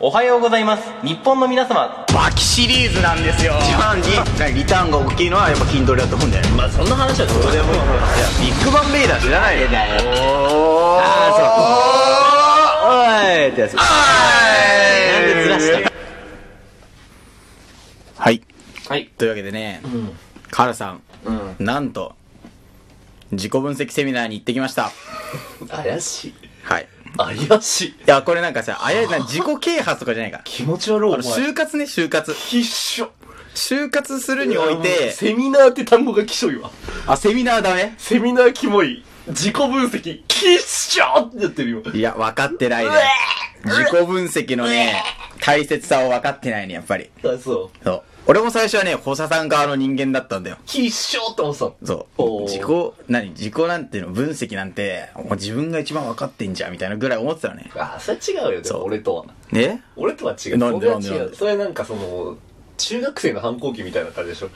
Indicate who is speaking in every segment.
Speaker 1: おはようございます日本の皆様
Speaker 2: バキシリーズなんですよ
Speaker 3: 一番にリターンが大きいのはやっぱ筋トレだと思うんだよね
Speaker 2: まあそんな話はどうでもいい
Speaker 3: ビッグバンベイダー知らないよ
Speaker 2: お
Speaker 3: あーそうおーいってやつ
Speaker 2: なんでずらした
Speaker 3: はい
Speaker 2: はい
Speaker 3: というわけでね
Speaker 2: ん
Speaker 3: カラさん
Speaker 2: うん
Speaker 3: なんと自己分析セミナーに行ってきました
Speaker 2: 怪しい
Speaker 3: はい
Speaker 2: 怪しい
Speaker 3: いやこれなんかさあれな自己啓発とかじゃないから
Speaker 2: 気持ち悪いお
Speaker 3: あの
Speaker 2: 前
Speaker 3: 就活ね就活
Speaker 2: きっしょ
Speaker 3: 就活するにおいて
Speaker 2: セミナーって単語がきしょいわ
Speaker 3: あセミナーだね
Speaker 2: セミナーキモい自己分析きっしょってやってるよ
Speaker 3: いや分かってないね自己分析のね大切さを分かってないねやっぱり
Speaker 2: あそう
Speaker 3: そう俺も最初はね補佐さん側の人間だったんだよ
Speaker 2: きっしょって思ってたの
Speaker 3: そう
Speaker 2: おー
Speaker 3: 自己何自己なんていうの分析なんてもう自分が一番分かってんじゃんみたいなぐらい思ってたのね
Speaker 2: あそれ違うよで
Speaker 3: そう
Speaker 2: も俺とは
Speaker 3: ね
Speaker 2: 俺とは違う
Speaker 3: なんで
Speaker 2: そ
Speaker 3: なん
Speaker 2: れは違
Speaker 3: でなんで
Speaker 2: うそれなんかその中学生の反抗期みたいな感じでしょ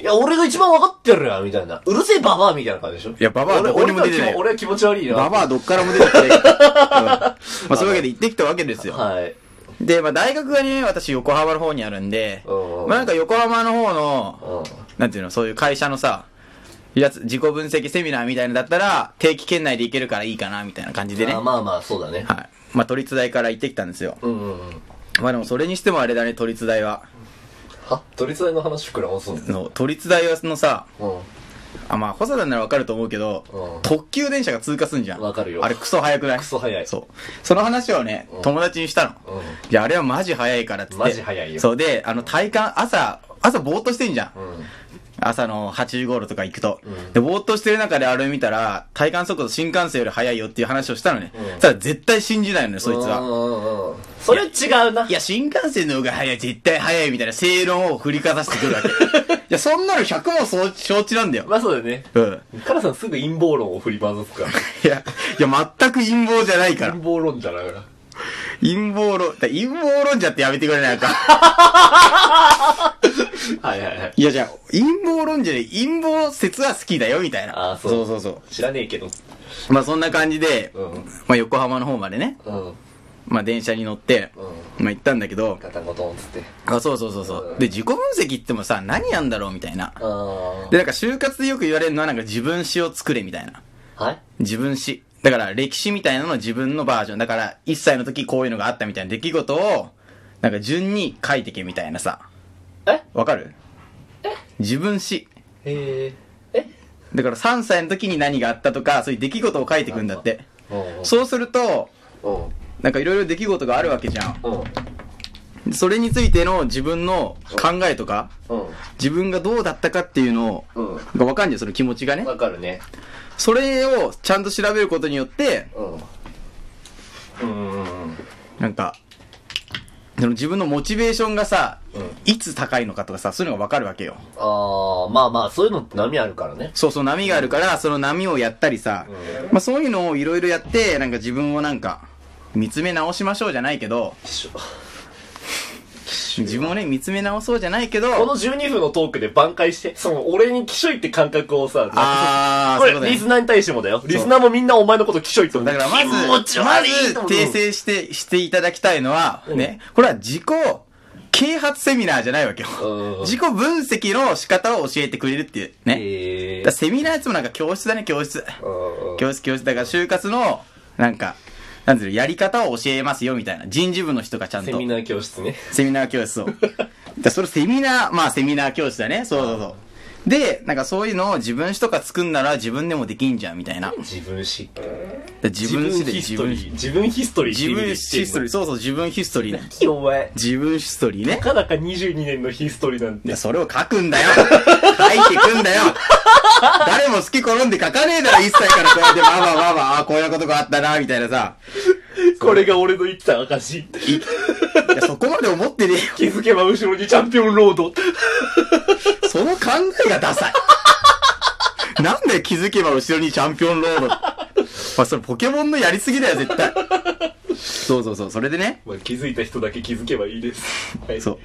Speaker 2: いや俺が一番分かってるやんみたいなうるせえババアみたいな感じでしょい
Speaker 3: やババアどこにも出てない
Speaker 2: 俺は気持ち悪いな
Speaker 3: ババアどっからも出て きて、うんまあ、そういうわけで行ってきたわけですよ、
Speaker 2: はい
Speaker 3: で、まあ、大学がね私横浜の方にあるんで、
Speaker 2: うん
Speaker 3: まあ、なんか横浜の方の
Speaker 2: うん
Speaker 3: なんていうの、そういう会社のさ、やつ、自己分析セミナーみたいなのだったら、定期圏内で行けるからいいかな、みたいな感じでね。
Speaker 2: あ
Speaker 3: はい。
Speaker 2: まあまあそうだね
Speaker 3: まあ、都立大から行ってきたんですよ。
Speaker 2: うんうんうん
Speaker 3: まあでも、それにしてもあれだね、都立大は。
Speaker 2: は取り伝えの話膨らますの
Speaker 3: の都立大はそのさ、
Speaker 2: う
Speaker 3: あ、まあ、細田ならわかると思うけど、
Speaker 2: うん
Speaker 3: 特急電車が通過すんじゃん。
Speaker 2: わかるよ
Speaker 3: あれ、クソ早くない
Speaker 2: クソ早い
Speaker 3: そう。その話をね、友達にしたの。
Speaker 2: んうん
Speaker 3: いや、あれはマジ早いからっつって。
Speaker 2: マジ早いよ
Speaker 3: そうで、あの、体感、朝、朝ぼーっとしてんじゃん。
Speaker 2: うん
Speaker 3: 朝の8時頃とか行くと、でぼーっとしてる中であれ見たら体感速度新幹線より速いよっていう話をしたのね、
Speaker 2: うん
Speaker 3: ただ絶対信じないのよそいつ
Speaker 2: う
Speaker 3: は、
Speaker 2: んうんうんそれ違うない
Speaker 3: や新幹線の方が速い絶対速いみたいな正論を振りかざしてくる わけいやそんなの100もそう承知なんだよ
Speaker 2: まあそうだよね
Speaker 3: うん
Speaker 2: カラさんすぐ陰謀論を振り回すから
Speaker 3: いやいや全く陰謀じゃないか ら
Speaker 2: 陰謀論じゃないから
Speaker 3: 陰謀論だ陰謀論じゃってやめてくれないか
Speaker 2: はいはいはい
Speaker 3: いやじゃあ陰謀論じゃない陰謀説は好きだよみたいな
Speaker 2: あーそう
Speaker 3: そうそう
Speaker 2: 知らねえけど
Speaker 3: そうまあそんな感じで、
Speaker 2: うん
Speaker 3: まあ、横浜の方までね、
Speaker 2: うん
Speaker 3: まあ、電車に乗って、まあ、行ったんだけど、
Speaker 2: ガタンゴトンっつって
Speaker 3: あ、そうそうそうそう。で、自己分析言ってもさ、何やんだろうみたいな。
Speaker 2: あ
Speaker 3: で、なんか就活でよく言われるのは、なんか自分史を作れみたいな。
Speaker 2: あはい
Speaker 3: 自分史。だから歴史みたいなのの自分のバージョン。だから、1歳の時こういうのがあったみたいな出来事を、なんか順に書いてけみたいなさ。
Speaker 2: え
Speaker 3: わかる自分史。
Speaker 2: へええ
Speaker 3: だから3歳の時に何があったとか、そういう出来事を書いてくんだって。
Speaker 2: うん
Speaker 3: そうすると、
Speaker 2: うん
Speaker 3: なんかいろいろ出来事があるわけじゃん。
Speaker 2: うん
Speaker 3: それについての自分の考えとか、
Speaker 2: う
Speaker 3: 自分がどうだったかっていうの
Speaker 2: うん
Speaker 3: が分かんじゃん、その気持ちがね
Speaker 2: ん。わかるね
Speaker 3: それをちゃんと調べることによって、
Speaker 2: うんうんうんうん
Speaker 3: なんか、その自分のモチベーションがさ、いつ高いのかとかさ、そういうのが分かるわけよ。
Speaker 2: ああまあまあそういうのって波あるからね
Speaker 3: そうそう、波があるから、その波をやったりさ、まあそういうのをいろいろやって、なんか自分をなんか、見つめ直しましょうじゃないけど、
Speaker 2: 一緒
Speaker 3: 自分をね、見つめ直そうじゃないけ
Speaker 2: こ
Speaker 3: ど、
Speaker 2: の12分のトークで挽回して、その俺にキショイって感覚をさ、
Speaker 3: あー
Speaker 2: こ
Speaker 3: そういうこと
Speaker 2: れ
Speaker 3: ね
Speaker 2: リスナーに対してもだよ。リスナーもみんなお前のことキショイって思う
Speaker 3: だからまず、
Speaker 2: 気持ち
Speaker 3: ま
Speaker 2: 悪い
Speaker 3: ず
Speaker 2: と思う
Speaker 3: 訂正して、していただきたいのは、ね、これは自己啓発セミナーじゃないわけよ。
Speaker 2: うん
Speaker 3: 自己分析の仕方を教えてくれるっていうね。
Speaker 2: え
Speaker 3: だから
Speaker 2: ー
Speaker 3: セミナーいつもなんか教室だね、教室。
Speaker 2: うんうん
Speaker 3: 教室、教室。だから就活の、なんか、なんていうのやり方を教えますよ、みたいな。人事部の人がちゃんと。
Speaker 2: セミナー教室ね。
Speaker 3: セミナー教室 を。だからそれセミナー、まあセミナー教室だね。そうそうそう。で、なんかそういうのを自分史とか作んなら自分でもできんじゃん、みたいな。だか
Speaker 2: 自分史。
Speaker 3: ら自分史で
Speaker 2: ヒ
Speaker 3: 自
Speaker 2: スト
Speaker 3: 分
Speaker 2: リー。自分ヒストリーって
Speaker 3: 自
Speaker 2: 意味で
Speaker 3: 分
Speaker 2: 言
Speaker 3: ヒ
Speaker 2: っ
Speaker 3: ス
Speaker 2: て
Speaker 3: ト
Speaker 2: ん
Speaker 3: リ
Speaker 2: の
Speaker 3: ー。そうそう、自分ヒストリーね。
Speaker 2: お前。
Speaker 3: 自分ヒストリーね
Speaker 2: た。かだか22年のヒストリーなん
Speaker 3: い
Speaker 2: て
Speaker 3: や、。それを書くんだよ書いてくんだよ誰も好き転んで書かねえだろ、一切からこうやって、わわわわ、あこういうことがあったな、みたいなさ。
Speaker 2: これが俺の生きた証。
Speaker 3: いや、そこまで思ってねえよ。
Speaker 2: 気づけば後ろにチャンピオンロード。
Speaker 3: その考えがダサい。なんで気づけば後ろにチャンピオンロード。まあ、それポケモンのやりすぎだよ、絶対。そうそうそう、それでね。
Speaker 2: まあ気づいた人だけ気づけばいいです。はい
Speaker 3: そう。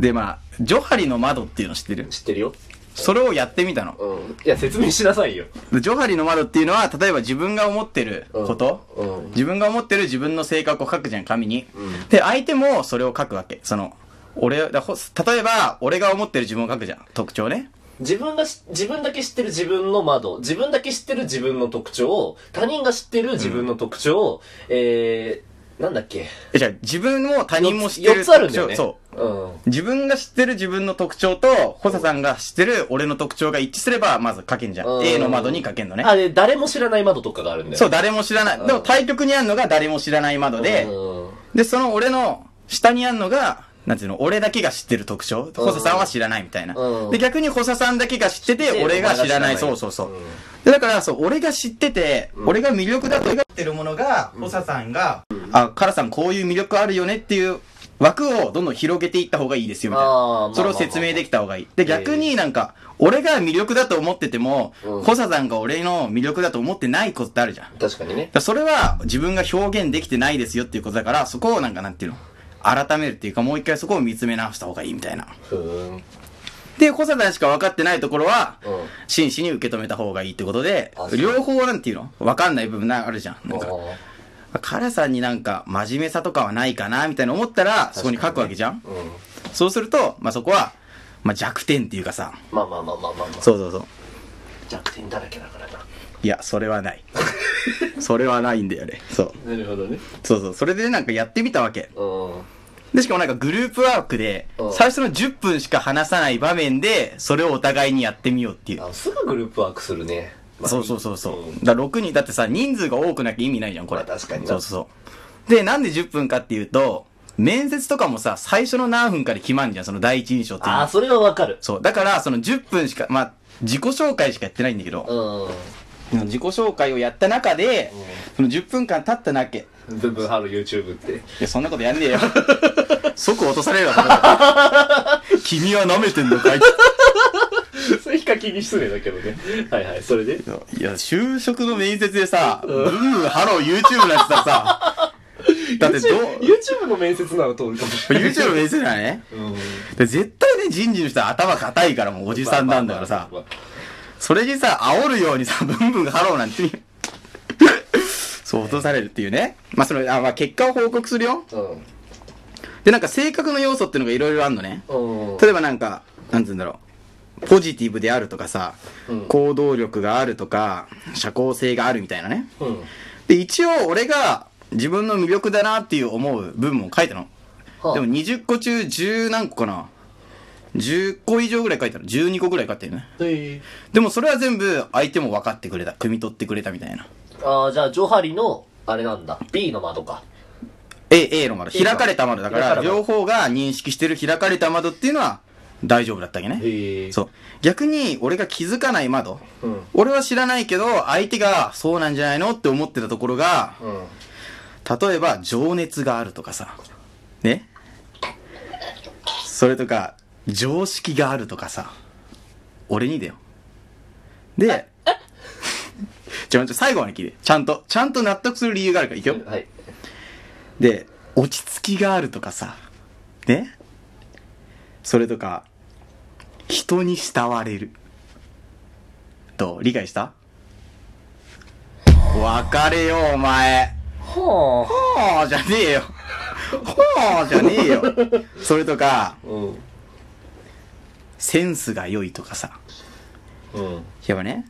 Speaker 3: で、まあ、ジョハリの窓っていうの知ってる
Speaker 2: 知ってるよ。
Speaker 3: それをやってみたの。
Speaker 2: うん。いや、説明しなさいよ。
Speaker 3: でジョハリの窓っていうのは、例えば自分が思ってること、
Speaker 2: うんうん
Speaker 3: 自分が思ってる自分の性格を書くじゃん、紙に。で、相手もそれを書くわけ。その、俺、だほ例えば、俺が思ってる自分を書くじゃん。特徴ね。
Speaker 2: 自分がし、自分だけ知ってる自分の窓、自分だけ知ってる自分の特徴を、他人が知ってる自分の特徴を、えー、なんだっけ。
Speaker 3: えじゃあ、自分も他人も知って
Speaker 2: よ
Speaker 3: る
Speaker 2: 四つあるんだよね。
Speaker 3: そう。
Speaker 2: う。うん。
Speaker 3: 自分が知ってる自分の特徴と、ホサさんが知ってる俺の特徴が一致すれば、まず書けんじゃ
Speaker 2: うん
Speaker 3: ん。A の窓に書けんのね。
Speaker 2: あれ、誰も知らない窓とかがあるんだよ。
Speaker 3: そう、誰も知らない。でも対局にあるのが誰も知らない窓で、
Speaker 2: うん。
Speaker 3: で、その俺の下にあるのが、なんていうの、俺だけが知ってる特徴。ホサさんは知らないみたいな
Speaker 2: うん。
Speaker 3: で、逆にホサさんだけが知って
Speaker 2: 知って
Speaker 3: て、
Speaker 2: て
Speaker 3: 俺が知らな
Speaker 2: お前が知らない
Speaker 3: い。そうそうそう
Speaker 2: うん。
Speaker 3: で、だから、そう、俺が知ってて、俺が魅力だと思ってるものが、ホサさんが、あ、カラさんこういう魅力あるよねっていう枠をどんどん広げていった方がいいですよ、みたい
Speaker 2: あーまあまあま
Speaker 3: な
Speaker 2: あ。
Speaker 3: それを説明できた方がいい。で、逆になんか、俺が魅力だと思ってても、
Speaker 2: うん
Speaker 3: ホサさんが俺の魅力だと思ってないことってあるじゃん。
Speaker 2: 確かにね
Speaker 3: だ。からそれは自分が表現できてないですよっていうことだから、そこをなんかなんていうの改めるっていうか、もう一回そこを見つめ直した方がいいみたいな。
Speaker 2: ふーん。
Speaker 3: で、小佐さんしか分かってないところは、
Speaker 2: うん
Speaker 3: 真摯に受け止めた方がいいってことで
Speaker 2: あそ、う
Speaker 3: 両方なんていうの分かんない部分なあるじゃん。なんか、
Speaker 2: あ
Speaker 3: カラさんになんか真面目さとかはないかなみたいな思ったら、そこに書くわけじゃん。
Speaker 2: ーうん。
Speaker 3: そうすると、まあ、そこは、まあ、弱点っていうかさ、
Speaker 2: まあまあまあまあまあまあ。
Speaker 3: そうそうそう。
Speaker 2: 弱点だらけだからな。
Speaker 3: いや、それはない。それはないんだよね。そう。
Speaker 2: なるほどね。
Speaker 3: そうそう。それでなんかやってみたわけ。
Speaker 2: うん。
Speaker 3: で、しかもなんかグループワークで
Speaker 2: うん、
Speaker 3: 最初の10分しか話さない場面で、それをお互いにやってみようっていう。
Speaker 2: あすぐグループワークするね。まあ
Speaker 3: そうそうそうそう。
Speaker 2: ん
Speaker 3: だから6人、だってさ、人数が多くなきゃ意味ないじゃん、これ。
Speaker 2: まあ確かにな
Speaker 3: そうそうそう。で、なんで10分かっていうと、面接とかもさ、最初の何分かで決まんじゃん、その第一印象っていうの
Speaker 2: あ
Speaker 3: は
Speaker 2: あ、それはわかる。
Speaker 3: そう。だから、その10分しか、まあ、自己紹介しかやってないんだけど、
Speaker 2: う
Speaker 3: 自己紹介をやった中で、その10分間経っただけ。
Speaker 2: ん。全部ある YouTube って。
Speaker 3: いや、そんなことや んねえよ。即落とされるわと思った、 君は舐めてんのかい
Speaker 2: それヒカキンに失礼だけどね。はいはい、それで。
Speaker 3: いや、就職の面接でさ、ブーム、ハロー、YouTube なんてたらさ、 だってどう、
Speaker 2: YouTube の面接なら通るかもしれない。
Speaker 3: YouTube の面接だね。
Speaker 2: うん。
Speaker 3: で絶対ね、人事の人は頭固いからもうおじさんなんだからさ、
Speaker 2: まあまあ
Speaker 3: それにさ、煽るようにさ、ブ ンブンハローなんて、そう、落とされるっていうね。まあ、その、あ、まあ、結果を報告するよ。
Speaker 2: まあま
Speaker 3: で、なんか性格の要素っていうのがいろいろあるのね。
Speaker 2: あうん。うん。
Speaker 3: 例えばなんか、なんつうんだろう。ポジティブであるとかさ、
Speaker 2: うん
Speaker 3: 行動力があるとか、社交性があるみたいなね。
Speaker 2: うん。
Speaker 3: で、一応俺が自分の魅力だなっていう思う部分も書いたの。
Speaker 2: はあ
Speaker 3: でも20個中10何個かな ?10 個以上ぐらい書いたの。12個ぐらい書いたよね。
Speaker 2: で、
Speaker 3: でもそれは全部相手も分かってくれた。汲み取ってくれたみたいな。
Speaker 2: ああ、じゃあ、ジョハリの、あれなんだ。B の窓か。
Speaker 3: A、A の窓。開かれた窓だか、
Speaker 2: 開かられた窓
Speaker 3: 両方が認識してる開かれた窓っていうのは大丈夫だったわけね。
Speaker 2: へえ。
Speaker 3: そう。逆に、俺が気づかない窓。
Speaker 2: うん。
Speaker 3: 俺は知らないけど、相手がそうなんじゃないのって思ってたところが、
Speaker 2: うん。
Speaker 3: 例えば、情熱があるとかさ。ねそれとか、常識があるとかさ。俺にだよ。で、 ちょ、待って最後まで聞いて。ちゃんと、ちゃんと納得する理由があるから、いくよ。
Speaker 2: はい。
Speaker 3: で、落ち着きがあるとかさ。ねそれとか、人に慕われる。どう理解した別れよ、お前。
Speaker 2: は
Speaker 3: ほーじゃねえよ。ほーじゃねえよ。それとか、
Speaker 2: あ。うん。
Speaker 3: センスが良いとかさ。
Speaker 2: うん。
Speaker 3: やばね。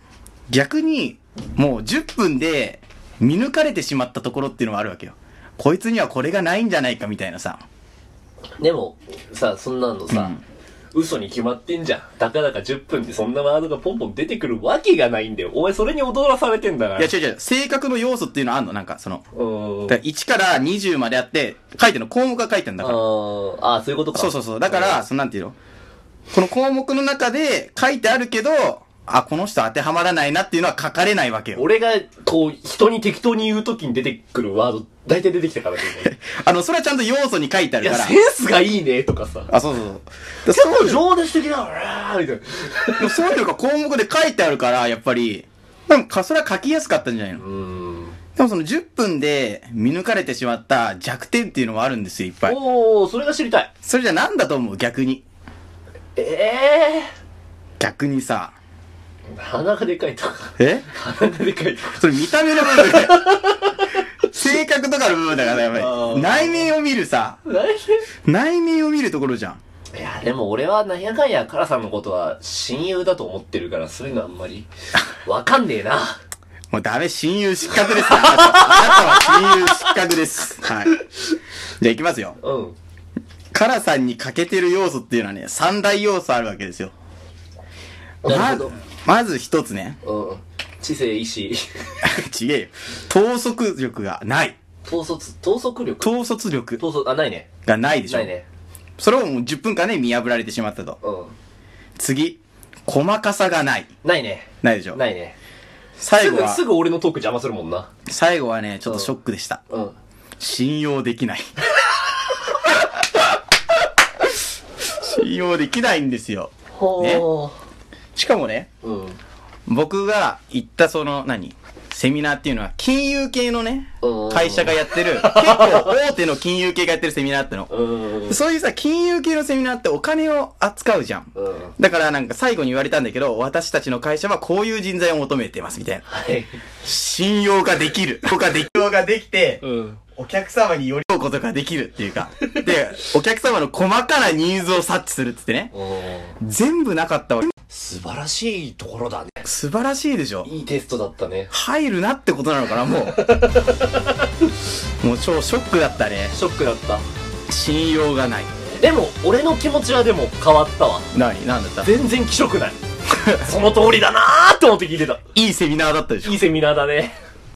Speaker 3: 逆に、もう10分で見抜かれてしまったところっていうのがあるわけよ。こいつにはこれがないんじゃないかみたいなさ。
Speaker 2: でも、さ、そんなのさ、嘘に決まってんじゃん。たかだか10分でそんなワードがポンポン出てくるわけがないんだよ。お前それに踊らされてんだから。
Speaker 3: いや、違う違う、性格の要素っていうのはあんのなんか、その、
Speaker 2: うーん。
Speaker 3: だから1から20まであって、書いてるの、項目が書いてんだ
Speaker 2: あ
Speaker 3: から。
Speaker 2: ーあー、そういうことか。
Speaker 3: そうそうそう。だから、そのなんていうのこの項目の中で書いてあるけど、あ、この人当てはまらないなっていうのは書かれないわけ
Speaker 2: うん、
Speaker 3: よ。
Speaker 2: 俺が、こう、人に適当に言うときに出てくるワード、大体出てきたからね。
Speaker 3: あの、それはちゃんと要素に書いてあ
Speaker 2: い
Speaker 3: る
Speaker 2: や、
Speaker 3: から
Speaker 2: セ。ンスがいいね、とかさ。
Speaker 3: あ、そうそうそう。
Speaker 2: 結
Speaker 3: そう
Speaker 2: 構
Speaker 3: いうの
Speaker 2: 情熱的だから、みたいな。
Speaker 3: でもそういうのが項目で書いてあるから、やっぱり、でもか、それは書きやすかったんじゃないの
Speaker 2: うーん。
Speaker 3: でもその10分で見抜かれてしまった弱点っていうのはあるんですよ、いっぱい。
Speaker 2: おー、それが知りたい。
Speaker 3: それじゃなんだと思う、逆に。
Speaker 2: ええ
Speaker 3: 逆にさ、
Speaker 2: 鼻がでかいとか。
Speaker 3: え
Speaker 2: 鼻がでかいとか。
Speaker 3: それ見た目の部分だよ。 性格とかの部分だから、やっ
Speaker 2: あ
Speaker 3: ぱ
Speaker 2: ー
Speaker 3: り。内面を見るさ、
Speaker 2: 来
Speaker 3: 内面を見るところじゃん。
Speaker 2: 年いや、でも俺はなんやかんやカラさんのことは親友だと思ってるから、そういうのあんまり、わかんねえな。
Speaker 3: もうダメ、親友失格です。あなたはあなたは親友失格です。はい。じゃあいきますよ。
Speaker 2: うん。
Speaker 3: カラさんに欠けてる要素っていうのはね、三大要素あるわけですよ。
Speaker 2: な
Speaker 3: ま
Speaker 2: るほ
Speaker 3: ず
Speaker 2: ど、
Speaker 3: まず一つね。
Speaker 2: うん。知性、意志、
Speaker 3: ちげえよ。統率力がない。
Speaker 2: 統率、統率力。
Speaker 3: 統率力
Speaker 2: 統率、あ、ないね。
Speaker 3: がないでしょ。
Speaker 2: ないね。
Speaker 3: それをもう10分間ね、見破られてしまったと。
Speaker 2: うん。
Speaker 3: 次、細かさがない。
Speaker 2: ないね。
Speaker 3: ないでしょ。
Speaker 2: ないね。
Speaker 3: 最
Speaker 2: す
Speaker 3: 後
Speaker 2: ぐ、
Speaker 3: は
Speaker 2: す、ぐ俺のトーク邪魔するもんな。
Speaker 3: 最後はね、ちょっとショックでした。
Speaker 2: うん。
Speaker 3: 信用で きない。信用できないんですよ。
Speaker 2: ほ
Speaker 3: しかもね、
Speaker 2: ー。うん。
Speaker 3: 僕が行ったその、何セミナーっていうのは、金融系のね
Speaker 2: うん、
Speaker 3: 会社がやってる、結構大手の金融系がやってるセミナーっての。
Speaker 2: うん。
Speaker 3: そういうさ、金融系のセミナーってお金を扱うじゃん。
Speaker 2: うん。
Speaker 3: だからなんか最後に言われたんだけど、私たちの会社はこういう人材を求めてますみたいな。
Speaker 2: はい。
Speaker 3: 信用ができる。とかできる。ができて、
Speaker 2: うん。
Speaker 3: お客様に寄り添うことができるっていうか。で、お客様の細かなニーズを察知するっつってね。全部なかったわけ。
Speaker 2: 素晴らしいところだね。
Speaker 3: 素晴らしいでしょ。
Speaker 2: いいテストだったね。
Speaker 3: 入るなってことなのかな、 もう。もう超ショックだったね。
Speaker 2: ショックだった。
Speaker 3: 信用がない。
Speaker 2: でも、俺の気持ちはでも変わったわ。
Speaker 3: 何何だった
Speaker 2: 全 然気色ない。その通りだなーって思って聞いてた。
Speaker 3: いいセミナーだったでしょ
Speaker 2: いい。セミナーだね。